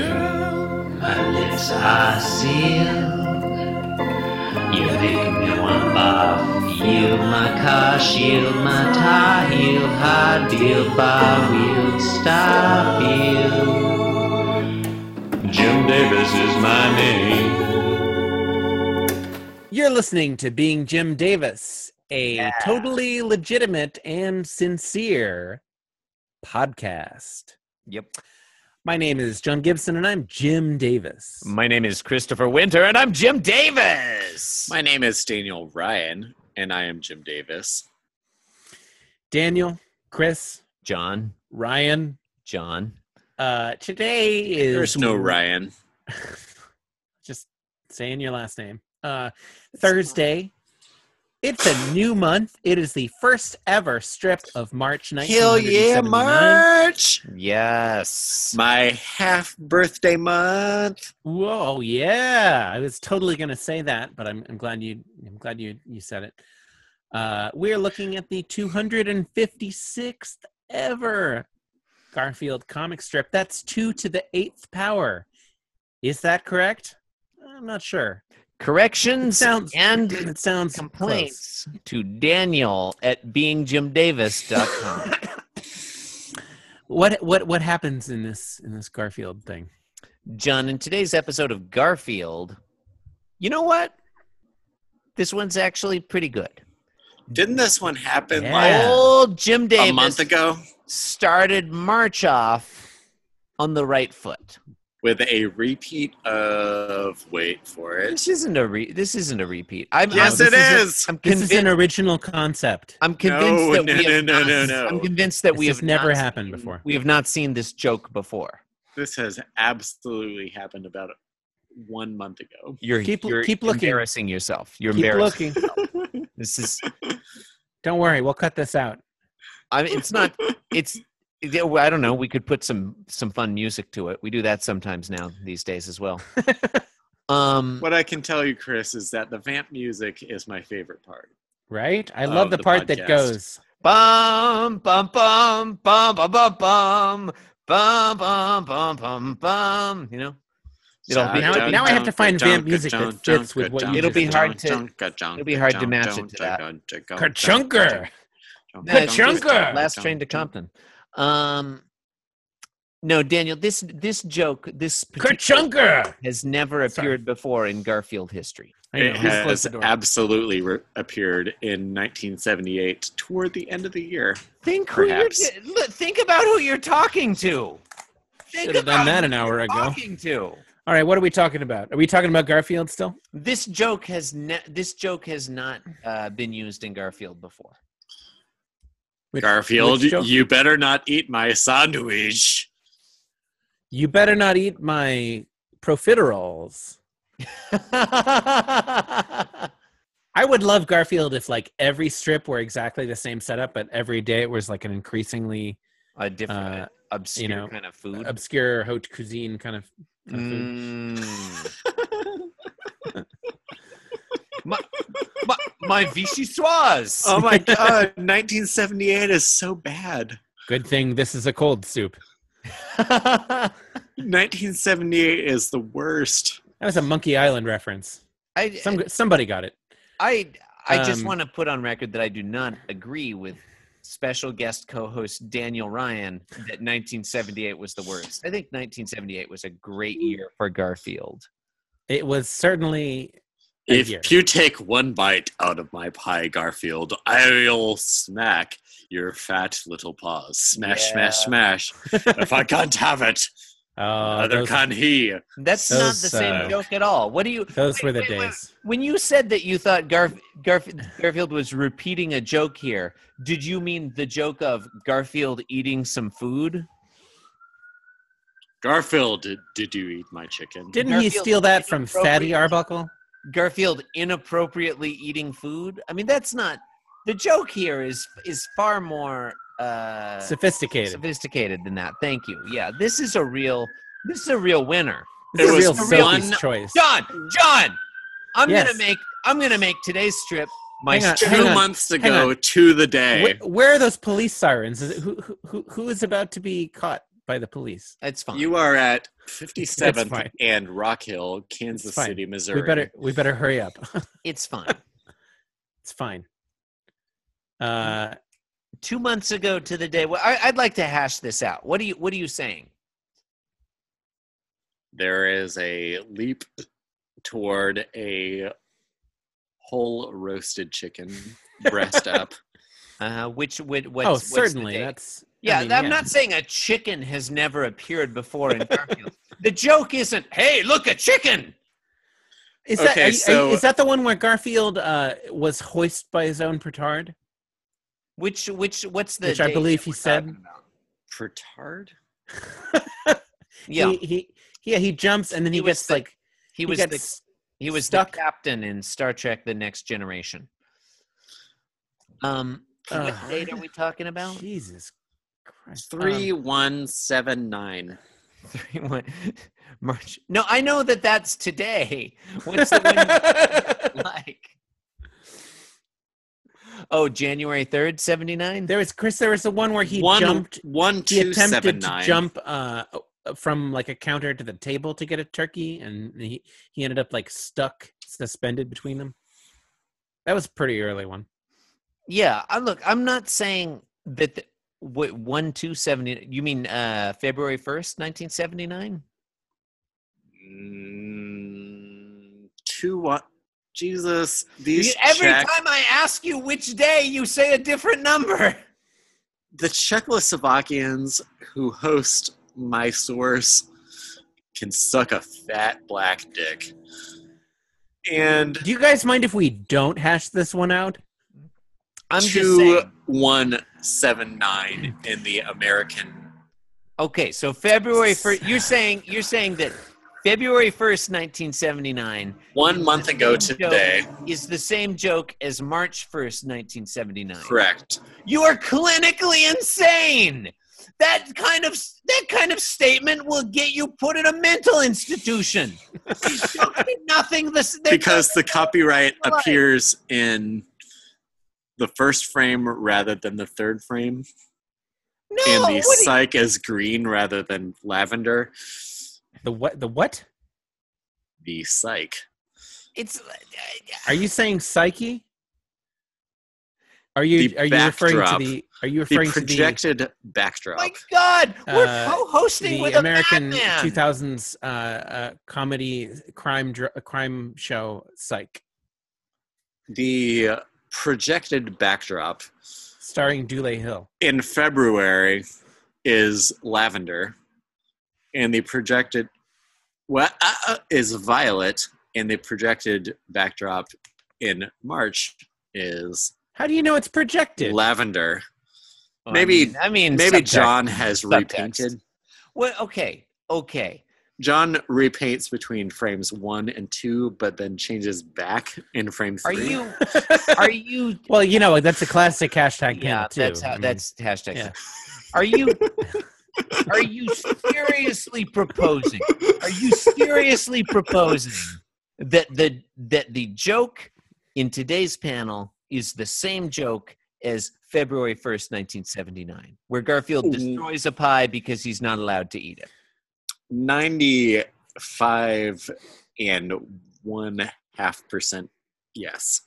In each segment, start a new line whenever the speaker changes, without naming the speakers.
Girl, my lips are sealed. You make me wanna barf. Yield my car, shield my tie, heel, hard deal, bar wheel, stop heel. Jim Davis is my name.
You're listening to Being Jim Davis, a totally legitimate and sincere podcast.
Yep.
My name is John Gibson and I'm Jim Davis.
My name is Christopher Winter, and I'm Jim Davis.
My name is Daniel Ryan, and I am Jim Davis.
Daniel, Chris,
John,
Ryan.
John.
Uh, today is
There's no Ryan.
just saying your last name. Uh, Thursday. It's a new month. It is the first ever strip of March 1979.
March!
Yes.
My half birthday month.
Whoa, yeah. I was totally going to say that, but I'm, I'm glad you I'm glad you you said it. Uh, we're looking at the 256th ever Garfield comic strip. That's 2 to the 8th power. Is that correct? I'm not sure. It
Corrections
sounds
and
it sounds close.
complaints to Daniel at beingjimdavis.com.
What what what happens in this in this Garfield thing?
John, in today's episode of Garfield, you know what? This one's actually pretty good.
Didn't this one happen
Yeah.
Old Jim
like
Davis
a month ago
started March off on the right foot.
with a repeat of wait for it?
This isn't a re- this isn't a repeat. I'm,
Yes,
I'm,
it
this
is.
I'm
This
convinced.
is an original concept.
I'm convinced
No,
that
no,
we
no,
have
no,
not,
no, no.
I'm convinced that we
This
have
has never
not
happened
seen-
before.
We have not seen this joke before.
This has absolutely happened about one month ago.
You're
Keep-
you're
keep looking.
embarrassing yourself. You're
Keep
embarrassing.
looking.
This is.
Don't worry, we'll cut this out.
I mean, it's not. It's. I don't know. We could put some some fun music to it. We do that sometimes now these days as well.
Mm-hmm.
Um,
What I can tell you, Chris, is that the vamp music is my favorite part.
Right? I
Of
love the
the
part that
podcast.
goes.
bum bum bum bum bum bum bum bum bum bum bum bum. You know. It'll be-
Now- now I have to find vamp music that fits with what you
It'll be hard to-
It'll
be hard to match it to that.
Ka-chunker! Ka-chunker!
Kachunker.
last train to Compton. Um, no, Daniel, this this joke, this particular
Kerchunker!
has never
Sorry.
appeared before in Garfield history.
I know,
It
who's closed
has
the door?
absolutely re- appeared in 1978 toward the end of the year.
Think who you're,
Perhaps.
look, think about who you're talking to. Think
Should have done
about
that
who
an hour
you're
ago.
talking to.
All right, what are we talking about? Are we talking about Garfield still?
This joke has ne- this joke has not uh, been used in Garfield before.
Which-
Garfield,
which joke?
you better not eat my sandwich.
You better not eat my profiteroles. I would love Garfield if like every strip were exactly the same setup, but every day it was like an increasingly
A different
Uh,
obscure
you know,
kind of food.
obscure haute cuisine kind of. kind of food.
Mm. my, my, my vichyssoise.
Oh my god, 1978 is so bad.
Good thing this is a cold soup.
I,
1978 is the worst.
That was a Monkey Island reference. Some somebody got it.
I, I just
Um,
want to put on record that I do not agree with special guest co-host Daniel Ryan that 1978 was the worst. I think 1978 was a great year for Garfield.
It was certainly I
If
hear.
you take one bite out of my pie, Garfield, I'll smack your fat little paws. Smash, smash, smash. if I can't have it,
oh,
neither
those,
can he.
That's not
Those,
the same
uh,
joke at all. What do you
those were the
Wait, wait, wait.
days.
When you said that you thought Garf- Garf- Garfield was repeating a joke here, did you mean the joke of Garfield eating some food?
Garfield, did, did you eat my chicken?
Didn't he
Garfield
steal that from Fatty
inappropriate.
Arbuckle?
Garfield inappropriately eating food? I mean, that's not the joke here. Is is far more uh,
Sophisticated.
sophisticated than that. Thank you. Yeah, this is a real this is a real winner.
This
It
is
was
real Sophie's
one-
choice.
John, John, I'm
Yes.
gonna make I'm gonna make today's strip my
Hang on,
strip.
hang
Two
on,
months
hang
ago to the day.
Where, where are those police sirens? Is it, who, who- who who is about to be caught? by the police.
It's fine.
uh,
You are at
That's
57th
fine.
and Rock Hill, Kansas
fine.
City, Missouri.
We better we better hurry up.
it's fine.
it's fine. Uh,
Two months ago to the day. Well, I, I'd like to hash this out. What are you What are you saying?
There is a leap toward a whole roasted chicken breast up.
Uh, which would what's,
oh,
what's the
certainly.
date?
That's I
Yeah,
mean,
I'm not saying a chicken has never appeared before in Garfield. the joke isn't, "Hey, look, a chicken."
Is that
Okay,
are you- are you-
so-
is that the one where Garfield uh, was hoist by his own petard?
Which which what's the
Which I
date
believe
that
he
we're talking
said.
about?
Pretard?
Yeah,
he, he yeah he jumps and then he,
He was
gets
the-
like
he was
gets
the He was
Stuck.
the captain in Star Trek: The Next Generation. Um,
Uh,
what date are we talking about?
Jesus Christ. Um,
3179.
Three one March. No, I know that that's today. What's the one like? Oh, January third, seventy nine.
there was Chris. There was the one where he
one,
jumped.
one,
He
two,
attempted
seven,
to
nine.
jump uh, from like a counter to the table to get a turkey, and he he ended up like stuck, suspended between them. That was a pretty early one.
Yeah, I, look, I'm not saying that. The, what one two seventy? You mean uh February first, nineteen seventy nine?
Mm, two, one. Jesus, these
Every
check-
time I ask you which day, you say a different number.
the Czechoslovakians who host my source can suck a fat black dick. And
Do you guys mind if we don't hash this one out?
I'm just
two
saying.
one seven nine in the American.
Okay, so February first. You're saying you're saying that February first, nineteen seventy nine,
One month ago today,
is the same joke as March first, nineteen seventy nine.
correct.
You are clinically insane. That kind of that kind of statement will get you put in a mental institution. These jokes mean nothing. This they're
Because the copyright
Right.
appears in the first frame rather than the third frame,
no.
and the
what do you-
psych is green rather than lavender.
The what? The what?
The psych.
it's uh,
Are you saying psyche? Are you
The
are you referring
backdrop.
to the are you
The
referring to the
projected backdrop.
my God. We're
Uh,
co-hosting
the
with a
American
madman.
2000s uh, uh, comedy crime dr- crime show Psych,
the projected backdrop
starring Dule Hill.
in February is lavender, and the projected well, uh, uh, is violet, and the projected backdrop in March is
How do you know it's projected?
lavender.
Well,
Maybe-
I mean, I mean
Maybe
subtext.
John has
Subtext.
repainted.
Well, okay, okay.
John repaints between frames one and two, but then changes back in frame
Are
three.
you? Are you?
well, you know that's a classic hashtag.
yeah,
panel, too.
that's how,
I
Mm-hmm.
mean,
that's hashtag.
yeah.
Are you? Are you seriously proposing? Are you seriously proposing that the that the joke in today's panel is the same joke as February first, nineteen seventy nine, where Garfield
Ooh.
destroys a pie because he's not allowed to eat it?
95 and one half percent yes.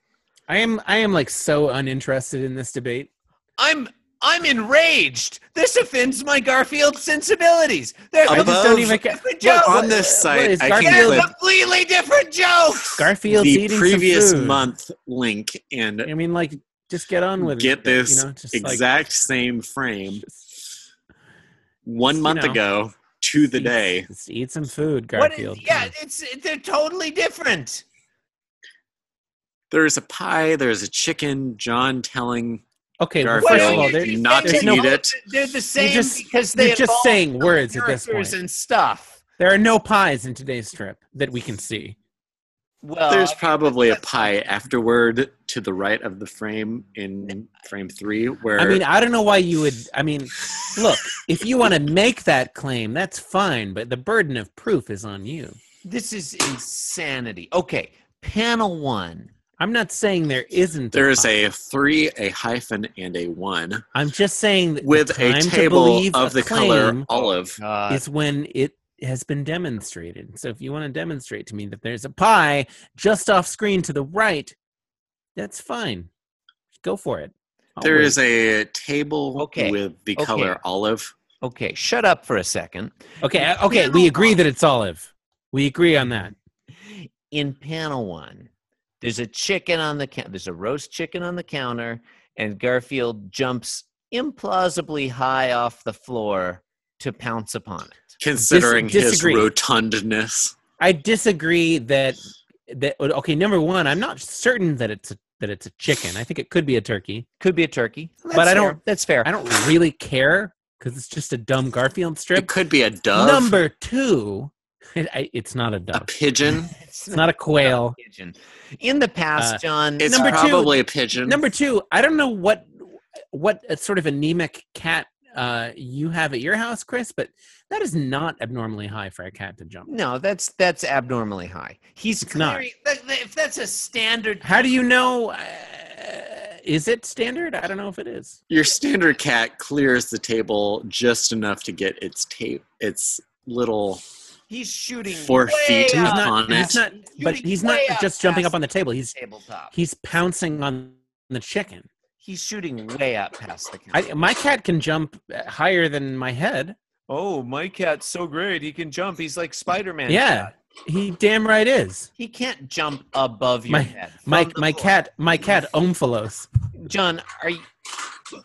I am I am like so uninterested in this debate.
I'm I'm enraged. This offends my Garfield sensibilities. They're
I just
Above-
don't even care.
different
Look,
jokes.
what-
on this
what is
site, I
Garfield-
can
They're
clip
completely different jokes.
Garfield's
the
eating some
previous
food.
month link and
I mean, like, just get on with
get
it.
this
you know, just like-
exact same frame
you
one month
know.
ago to the
Jeez.
day.
Just eat some food,
What is-
Garfield.
yeah, it's they're totally different.
There's a pie, there's a chicken, John telling
Okay. Well,
Garfield
first
Well,
of all,
you're
there,
just
not to
saying
eat
they're-
it.
They're the same
just-
because they
you're just
involve
saying words at this
characters
point.
and stuff.
There are no pies in today's strip that we can see.
Well,
there's
I-
probably a
that's-
pie afterward to the right of the frame in frame three where
I mean, I don't know why you would. I mean, look, if you want to make that claim, that's fine, but the burden of proof is on you.
this is insanity. Okay, panel one.
I'm not saying there isn't.
There is
pie.
a three, a hyphen, and a one
I'm just saying that the
with a
time to
table
believe
of
a
the color
claim
olive.
God.
is when it has been demonstrated. So if you want to demonstrate to me that there's a pie just off screen to the right, that's fine. Go for it. I'll
There
Oh, wait.
is a table
Okay.
with the
Okay.
color olive.
okay, shut up for a second.
okay. I- Okay, we agree that it's olive. We agree on that.
In panel one, there's a chicken on the counter. There's a roast chicken on the counter, and Garfield jumps implausibly high off the floor to pounce upon it.
Considering his
disagree.
rotundness,
I disagree that that okay. Number one, I'm not certain that it's a, that it's a chicken. I think it could be a turkey.
Could be a turkey,
But I don't-
fair. That's fair.
I don't really care because it's just a dumb Garfield
it
strip.
could be a dove,
Number two, I, it's not a
a
duck.
pigeon.
It's
It's not a quail.
pigeon. In the past,
Uh,
John.
It's
Number two-
probably a pigeon.
Number two, I don't know what what a sort of anemic cat uh, you have at your house, Chris, but that is not abnormally high for a cat to jump.
No, that's that's abnormally high. He's
It's not.
clearly that- that- if that's a standard.
How do you know? Uh, is it standard? I don't know if it is.
Your standard cat clears the table just enough to get its tape, its little
He's shooting
Four
way
feet.
He's
up
not.
on
He's
it.
not. But
Shooting
he's not
way up
just jumping
past
up on the table. He's
the tabletop.
he's pouncing on the chicken.
He's shooting way up past the.
I, my cat can jump uh, higher than my head.
oh, my cat's so great. He can jump. He's like Spider Man.
Yeah, he damn right is.
He can't jump above your
My-
head. from
My
the
my
floor.
cat my cat Omphalos.
John, are you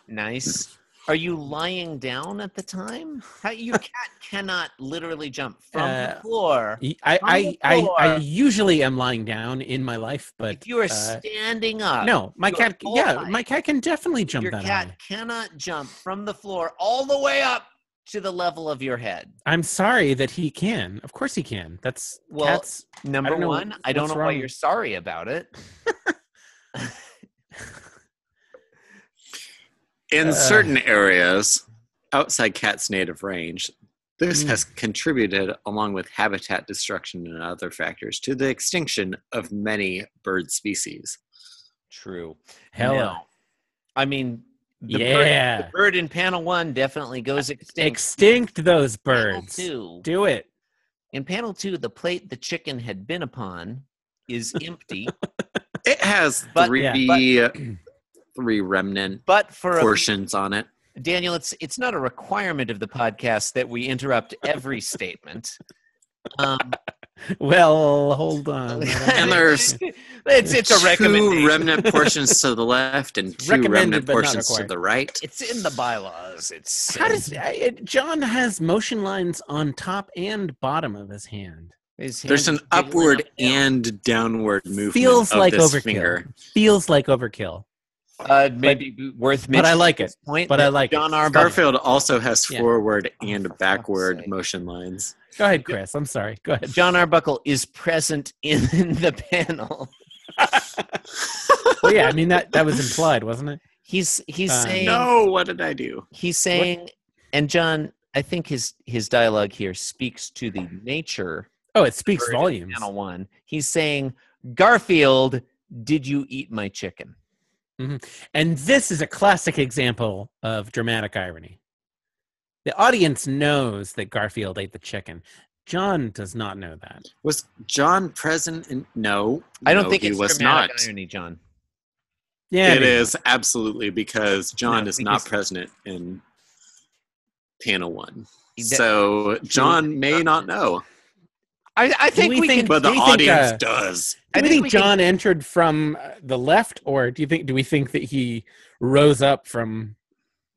nice? Are you lying down at the time? How, your cat cannot literally jump from the
Uh,
floor.
I I, I
On the
I
floor.
usually am lying down in my life, but
if you are
uh,
standing up,
no, my
you're
cat.
all
Yeah,
right.
my cat can definitely jump
your
that
cat
high.
cannot jump from the floor all the way up to the level of your head.
I'm sorry that he can. Of course he can. That's
Well,
cats.
Number
know
one,
what's-
I don't
what's
know why
wrong.
you're sorry about it.
In
Uh.
certain areas outside cats' native range, this
Hmm.
Mm.
has contributed, along with habitat destruction and other factors, to the extinction of many bird species.
True.
Hello.
Now, I mean, the,
Yeah.
bird, the bird in panel one definitely goes extinct.
Extinct those
Panel
birds.
two.
Do it.
In panel two, the plate the chicken had been upon is empty,
It has
But-
three,
Yeah,
three remnant
but for a
portions on it.
Daniel, it's it's not a requirement of the podcast that we interrupt every statement. Um,
Well, hold on.
And there's
it's it's a
Two
recommendation.
remnant portions to the left and two
recommended,
remnant
but not
portions to
required.
the right.
it's in the bylaws. It's
How does I, it, John has motion lines on top and bottom of his hand?
His
There's an
hands are jiggling
upward
up down.
and downward movement
Feels
of
like
this
overkill.
finger.
Feels like overkill,
uh, maybe worth
but
mentioning.
I like it.
point.
But I like
John
it.
Arbuckle-
Garfield also has
Yeah.
forward
for
and
fuck's
backward
sake.
motion lines.
Go ahead, Chris. I'm sorry. Go ahead.
John Arbuckle is present in the panel.
Well, yeah, I mean that that was implied, wasn't it?
He's he's
Uh,
saying
No, what did I do?
he's saying and John, I think his his dialogue here speaks to the nature
Oh, it speaks
Bird
volumes.
panel one. He's saying, Garfield, did you eat my chicken?
And this is a classic example of dramatic irony. The audience knows that Garfield ate the chicken. John does not know that.
Was John present? In, no,
I don't
no,
think
he
it's
was not.
dramatic irony, John.
Yeah,
It
maybe.
is absolutely because John
No,
is not
because-
present in panel one,
That-
so John may not know,
I, I think
we
we,
think-
can
but the
Do you think,
audience
uh,
does.
Do
I
we
think
think,
we can-
John entered from uh, the left, or do you think do we think that he rose up from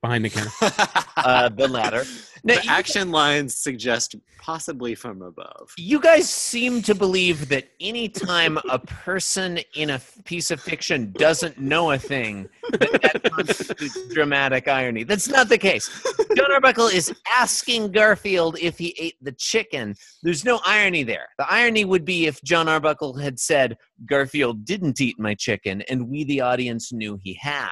behind the counter?
uh, the latter. No,
the
you-
action lines suggest possibly from above.
you guys seem to believe that anytime a person in a f- piece of fiction doesn't know a thing, that, that constitutes dramatic irony. That's not the case. John Arbuckle is asking Garfield if he ate the chicken. There's no irony there. The irony would be if John Arbuckle had said, Garfield didn't eat my chicken, and we, the audience, knew he had.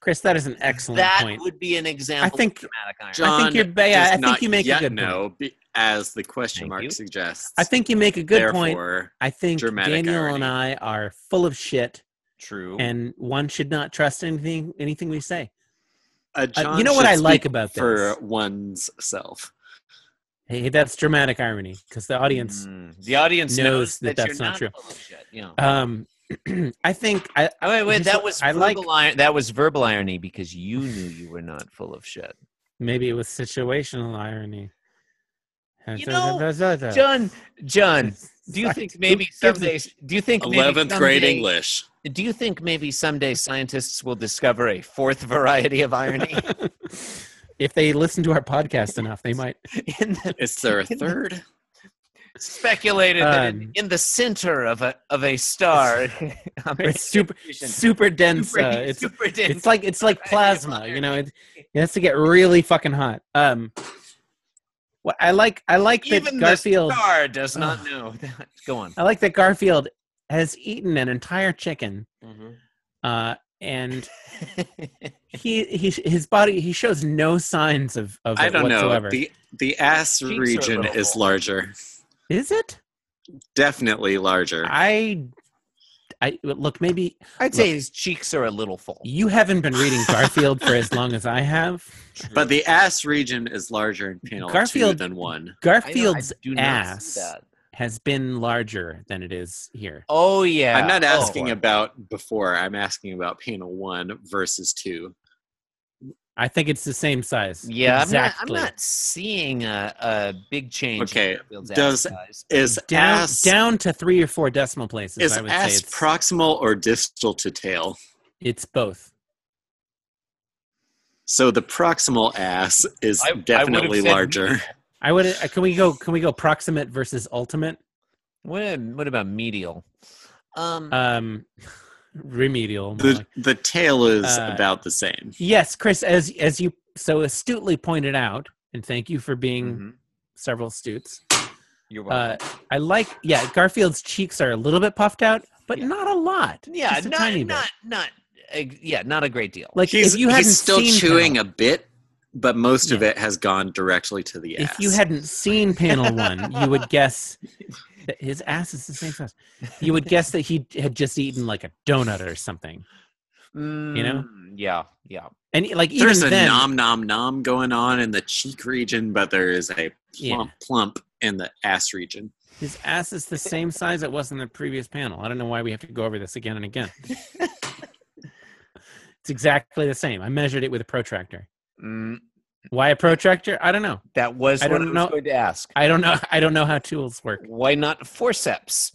Chris, that is an excellent
that
point.
would be an example.
think-
of dramatic irony.
John
I think you're. ba-
does
I think
not
you make a
yet
good point.
know, be- as the question
Thank
mark
you.
suggests.
I think you make a good point.
Therefore,
I think
dramatic
Daniel and I
irony.
are full of shit,
true.
and one should not trust anything anything we say.
uh,
Uh,
John
you know what
should
I like
speak
about this?
for one's self.
Hey, that's dramatic irony because the audience.
Mm, the audience
knows
knows,
that
that,
that's
you're
not
not
true.
full of shit, Yeah.
Um, I think I.
Oh, wait, wait.
Here's
That
what
was
I like-
verbal iron- that was verbal irony because you knew you were not full of shit.
Maybe it was situational irony.
You know, John, John, do you think maybe
Uh, gives a-
someday? Do you think maybe
Eleventh grade
someday-
English.
Do you think maybe someday scientists will discover a fourth variety of irony?
if they listen to our podcast enough, they might.
in the,
Is there a third?
speculated that in,
Um,
in the center of a of a star, I mean,
It's super, super dense.
super-
uh, it's
super dense.
it's like it's like
Right,
plasma.
right.
You know, it, it has to get really fucking hot. Um, what I like, I like
even
that Garfield. Uh,
the star does not know. that. Go on.
I like that Garfield has eaten an entire chicken, uh, and
Mm-hmm.
he, he his body he shows no signs of of
I
it
don't
whatsoever.
know. The the ass
Cheeks are a
region
little
is
full.
larger.
Is it?
Definitely larger.
I, I look. Maybe
I'd say his cheeks are a little full.
you haven't been reading Garfield for as long as I have.
but the ass region is larger in panel two
Garfield-
than one.
I know, I
Garfield's
do not
ass
see that.
has been larger than it is here.
Oh yeah.
I'm not
Oh.
asking about before. I'm asking about panel one versus two.
I think it's the same size.
Yeah,
exactly.
I'm, not, I'm not seeing a, a big change.
Okay,
in Garfield's ass
does-
size.
Is
down
ass
down to three or four decimal places.
is
I would
ass
say it's,
proximal or distal to tail?
it's both.
So the proximal ass is
I- I would've
definitely
said
larger.
medial.
I would. uh, Can we go? Can we go proximate versus ultimate?
What, what about medial? Um,
Um, remedial. more
The
like.
the tail is
Uh,
about the same.
Yes, Chris. As as you so astutely pointed out, and thank you for being
Mhm.
several stoots.
you're
Uh,
welcome.
I like. Yeah, Garfield's cheeks are a little bit puffed out, but
Yeah.
not a lot.
yeah,
just a
not
tiny bit.
not not. Uh, yeah, not a great deal.
Like
He's,
if you
he's
hadn't
still
seen
chewing
Panel-
a bit, but most of it has gone directly to the ass.
if you hadn't seen panel one, you would guess that his ass is the same size. You would guess that he had just eaten like a donut or something.
you
know?
Mm, Yeah, yeah.
And like even
There's a
then,
nom nom nom going on in the cheek region, but there is a
Yeah.
plump plump in the ass region.
his ass is the same size it was in the previous panel. I don't know why we have to go over this again and again. it's exactly the same. I measured it with a protractor.
Mm,
Why a protractor? I don't know.
that was
I
what I
don't
was
know-
going to ask.
I don't know. I don't know how tools work.
Why not forceps?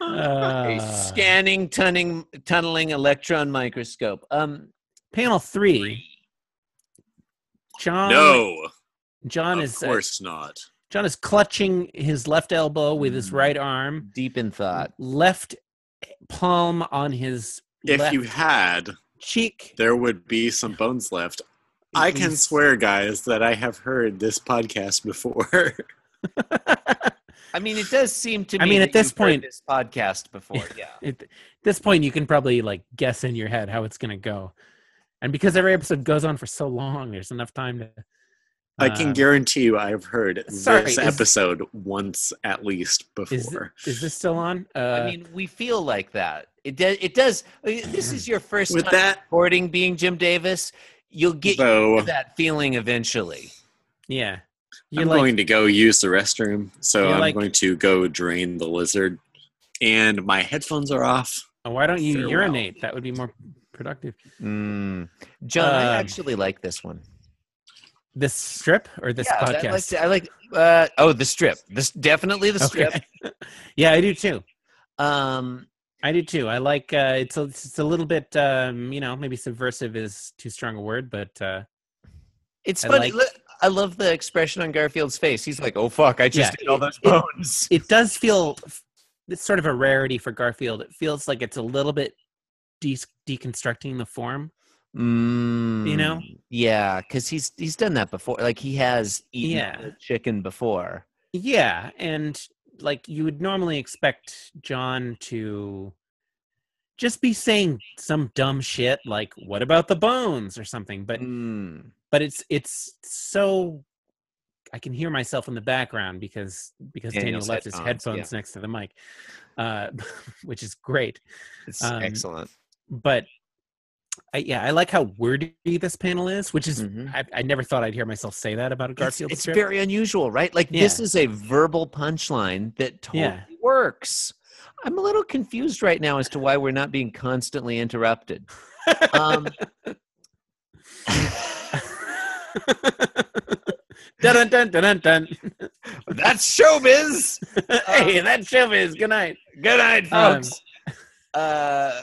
Uh,
a scanning, tunneling, tunneling electron microscope. Um,
panel three. John.
no,
John
of
is uh,
course not.
John is clutching his left elbow with his
Mm. Uh,
right arm,
deep in thought.
left palm on his
If
left
you had,
cheek.
there would be some bones left. I can
He's-
swear, guys, that I have heard this podcast before.
I mean, it does seem to me.
I mean,
that
at this
you've heard
point-
this podcast before. Yeah.
At this point, you can probably like guess in your head how it's going to go, and because every episode goes on for so long, there's enough time to.
I can
um,
guarantee you I've heard
sorry,
this
is-
episode once at least
Is,
before.
is this still on? Uh,
I mean, we feel like that. It does. It does. I mean, This is your first
With
time
that,
recording, being Jim Davis. You'll get used
though,
to that feeling eventually.
yeah. You're
I'm
like,
going to go use the restroom, so
You're
I'm
like-
going to go drain the lizard. And my headphones are off.
"Oh, why don't you
Farewell.
urinate? That would be more productive.
John, I
Um,
actually like this one.
This strip or this
yeah,
podcast?
I like. I like uh, oh, the strip. This definitely the strip.
okay. yeah, I do too.
Um,
I do too. I like uh, it's a, it's a little bit um, you know maybe subversive is too strong a word, but uh,
it's
I
funny.
like-
Look, I love the expression on Garfield's face. He's like, "Oh fuck, I just
Yeah,
ate all those bones."
it does feel it's sort of a rarity for Garfield. It feels like it's a little bit de- deconstructing the form.
Mm,
know?
Yeah, because he's he's done that before. Like he has eaten
Yeah.
the chicken before.
Yeah, and like you would normally expect John to just be saying some dumb shit like what about the bones or something but
Mm.
but it's it's so I can hear myself in the background because because Daniel
Daniel's
left his
headphones,
headphones next to the mic, uh, which is great.
It's
Um,
excellent.
But I, yeah, I like how wordy this panel is, which is
Mhm.
I, I never thought I'd hear myself say that about a
It's,
Garfield
it's
script.
very unusual, right? Like this is a verbal punchline that totally
Yeah.
works. I'm a little confused right now as to why we're not being constantly interrupted. Um,
dun dun dun dun dun.
that's showbiz.
hey, that show is good night.
Um, Good night,
Um,
folks. uh,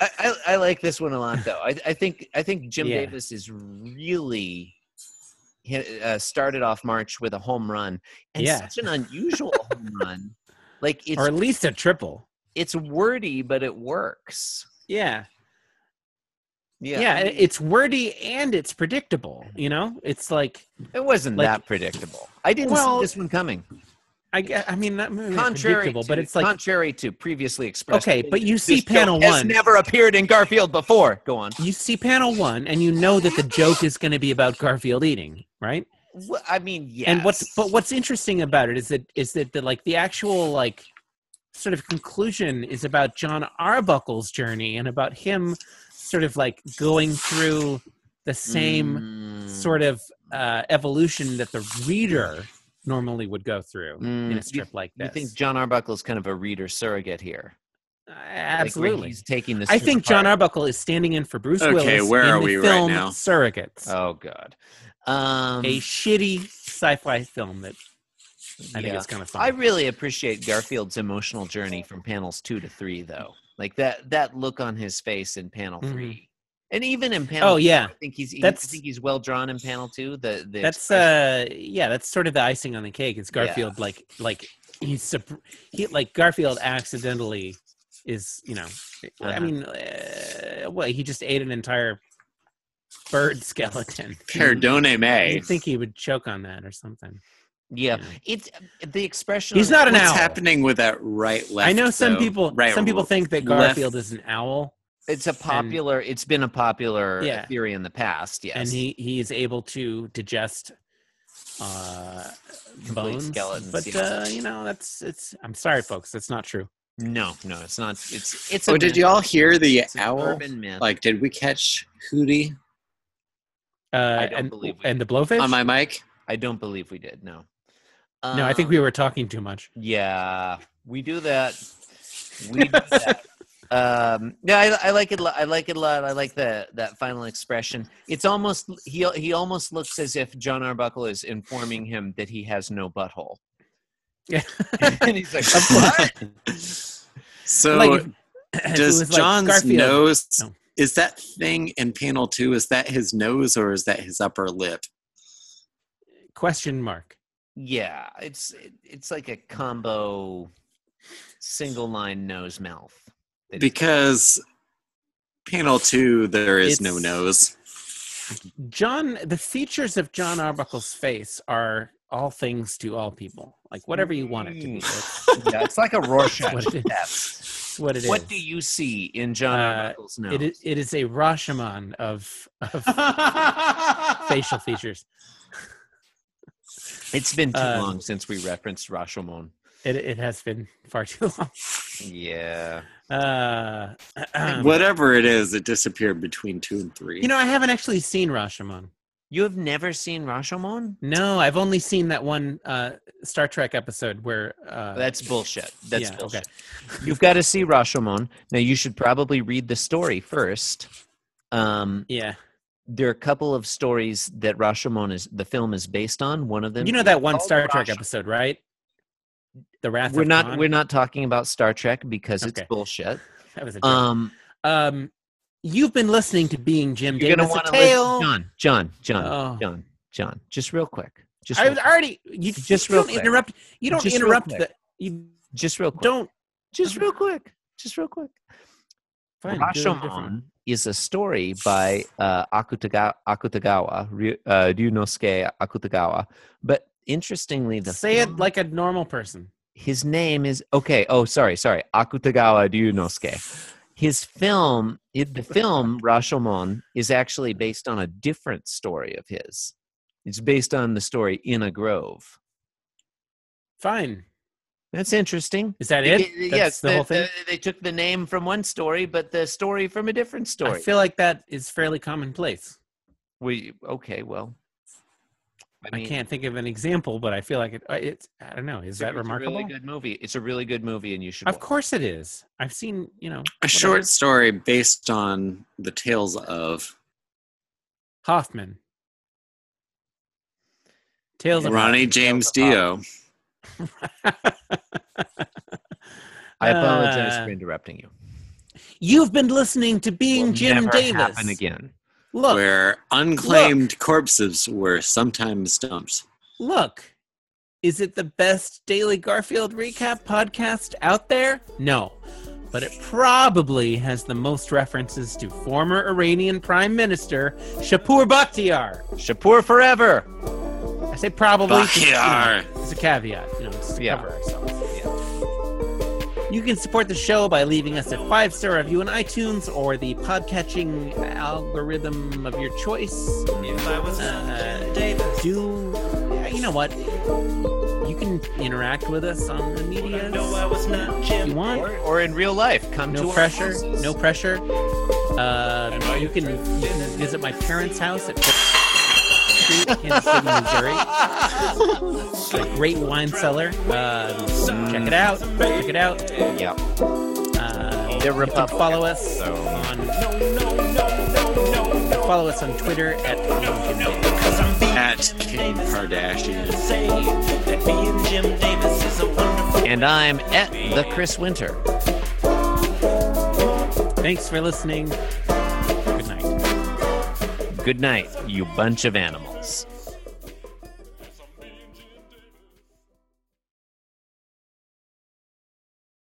I, I, I like this one a lot, though. I, I think I think Jim
Yeah.
Davis is really hit- uh, started off March with a home run, and
Yeah.
such an unusual home run. Like it's
or at least a triple.
it's wordy, but it works.
Yeah.
Yeah,
yeah,
I mean,
it- it's wordy and it's predictable. You know, it's like
it wasn't
like-
that predictable. I didn't
Well-
see this one coming.
I gue- I mean that movie is
Contrary,
predictable,
to,
but it's like
contrary to previously expressed.
okay, but you see
this joke
panel
has
one,
never appeared in Garfield before. Go on.
you see panel one, and you know that the joke is going to be about Garfield eating, right?
Wh- I mean, yeah.
And what's but what's interesting about it is that is that the, like the actual like sort of conclusion is about John Arbuckle's journey and about him sort of like going through the same
Mm.
sort of uh, evolution that the reader normally would go through
Mm.
in
You-
a strip like
You
this.
think John Arbuckle's kind of a reader surrogate here?
Uh,
Like, where
Absolutely.
he's taking this.
I
to
think
the heart.
John Arbuckle is standing in for Bruce
Okay,
Willis
where
in
are
the
we right
film
now?
Surrogates,
Oh God. Um,
a shitty sci-fi film that I think
yeah.
it's kind of fun.
I really appreciate Garfield's emotional journey from panels two to three, though. Like that that look on his face in panel
Mhm.
three, and even in panel.
oh yeah,
I think he's. That's,
That's-
I think he's well drawn in panel two. The, the
that's
expression-
uh yeah, that's sort of the icing on the cake. It's
Yeah.
Garfield like like he's sup- he like Garfield accidentally is you know I
Uh-huh.
mean uh, well he just ate an entire bird skeleton.
Perdone
I
me.
think he would choke on that or something.
yeah.
yeah.
It's the expression.
He's
on-
not an
What's
owl.
happening with that right left?
I know some
though?
people
Right,
some people think that
left-
Garfield is an owl.
It's a popular. it's been a popular
Yeah.
theory in the past. Yes.
and he he is able to digest uh bones
skeletons,
but
yeah.
uh you know that's it's i'm sorry folks that's not true
no, no, it's not. It's it's.
Oh,
a
did
myth.
you all hear the
It's an
owl?
urban myth.
Like, did we catch Hootie
uh
don't
and,
believe we-
and the blowfish
on my mic?
I don't believe we did. No.
no i think
Um,
we were talking too much
Yeah, we do that. We do that. Um, no, I, I like it. lo- I like it a lot. I like the that final expression. It's almost he. He almost looks as if John Arbuckle is informing him that he has no butthole.
Yeah.
and he's like, "What?"
So,
Like, It
does
was like,
John's
Garfield-
nose?
No.
Is that thing in panel two? Is that his nose or is that his upper lip?
question mark
Yeah, it's it, it's like a combo, single line nose mouth. It-
Because panel two, there is no
It's-
nose.
john the features of john arbuckle's face are all things to all people like whatever you want it to be that's
Yeah, it's like a Rorschach
what it
test.
is what it is
What do you see in John
Uh,
Arbuckle's nose?
it is, it is a Rashomon of, of facial features.
It's been too
Uh,
long since we referenced Rashomon.
It, it has been far too long.
Yeah.
Uh,
Um, Whatever it is, it disappeared between two and three.
You know, I haven't actually seen Rashomon.
You have never seen Rashomon?
No, I've only seen that one uh, Star Trek episode where. Uh,
That's bullshit. That's
yeah,
bullshit. You've got to see Rashomon. Now you should probably read the story first. Um,
Yeah,
there are a couple of stories that Rashomon is the film is based on. One of them
you know that one
called
Star Trek
Rashomon.
episode, right? The Wrath.
we're
of
not
Khan?
we're not talking about Star Trek because
Okay.
it's bullshit.
That was a joke.
Um
Um, you've been listening to Being Jim
you're gonna
Davis.
want
A
to listen
tale.
John, John, John,
Oh.
John, John, just real quick. Just
I
real,
was already. You
Just
just
real
don't
quick.
interrupt. You don't
Just real
interrupt
quick.
the. You
just real quick.
don't.
just real quick. Just real quick.
Fine, do it different.
Rashomon is a story by uh, Akutagawa, Akutagawa Ryu- uh, Ryunosuke Akutagawa. But interestingly, the
Say it
film-
like a normal person.
his name is okay. Oh, sorry, sorry, Akutagawa Ryunosuke. his film, it, the film Rashomon, is actually based on a different story of his. It's based on the story in a grove.
Fine.
That's interesting.
Is that it?
Y- y-
That's
yes,
the whole thing.
they took the name from one story, but the story from a different story.
I feel like that is fairly commonplace.
we okay, well,
I,
mean,
can't think of an example, but I feel like it. I- It's I don't know. Is
it's a-
that remarkable?
It's a really good movie. It's a really good movie, and you should.
Of
watch it.
course it is. I've seen you know
A short story based on the tales of
Hoffman. Tales of
Ronnie James Dio.
I apologize
Uh,
for interrupting you.
You've been listening to Being
Will
Jim
never
Davis.
happen again.
Look,
where unclaimed corpses were sometimes dumped.
look. Is it the best Daily Garfield recap podcast out there? No. But it probably has the most references to former Iranian Prime Minister Shapur Bakhtiar.
Shapur forever.
I say probably. 'cause, you know,
Bakhtiar.
It's a caveat, you know, just to
Yeah.
cover ourselves. You can support the show by leaving us a five star review on iTunes or the podcatching algorithm of your choice. If I was Davis. Do yeah, you know what? You can interact with us on the media. No, I was not Jim. You want?
Or, or in real life, come to
No
our
pressure.
houses.
No pressure. Uh, you can you can visit my parents' house at Street, Kansas City, Missouri. It's a great wine cellar. Uh, check it out. Check it out.
Yeah.
Uh,
They're
you can
Republican,
follow us
so-
on follow us on Twitter at
At Kim Kardashian.
And I'm at the Chris Winter.
Thanks for listening. Good night.
Good night, you bunch of animals.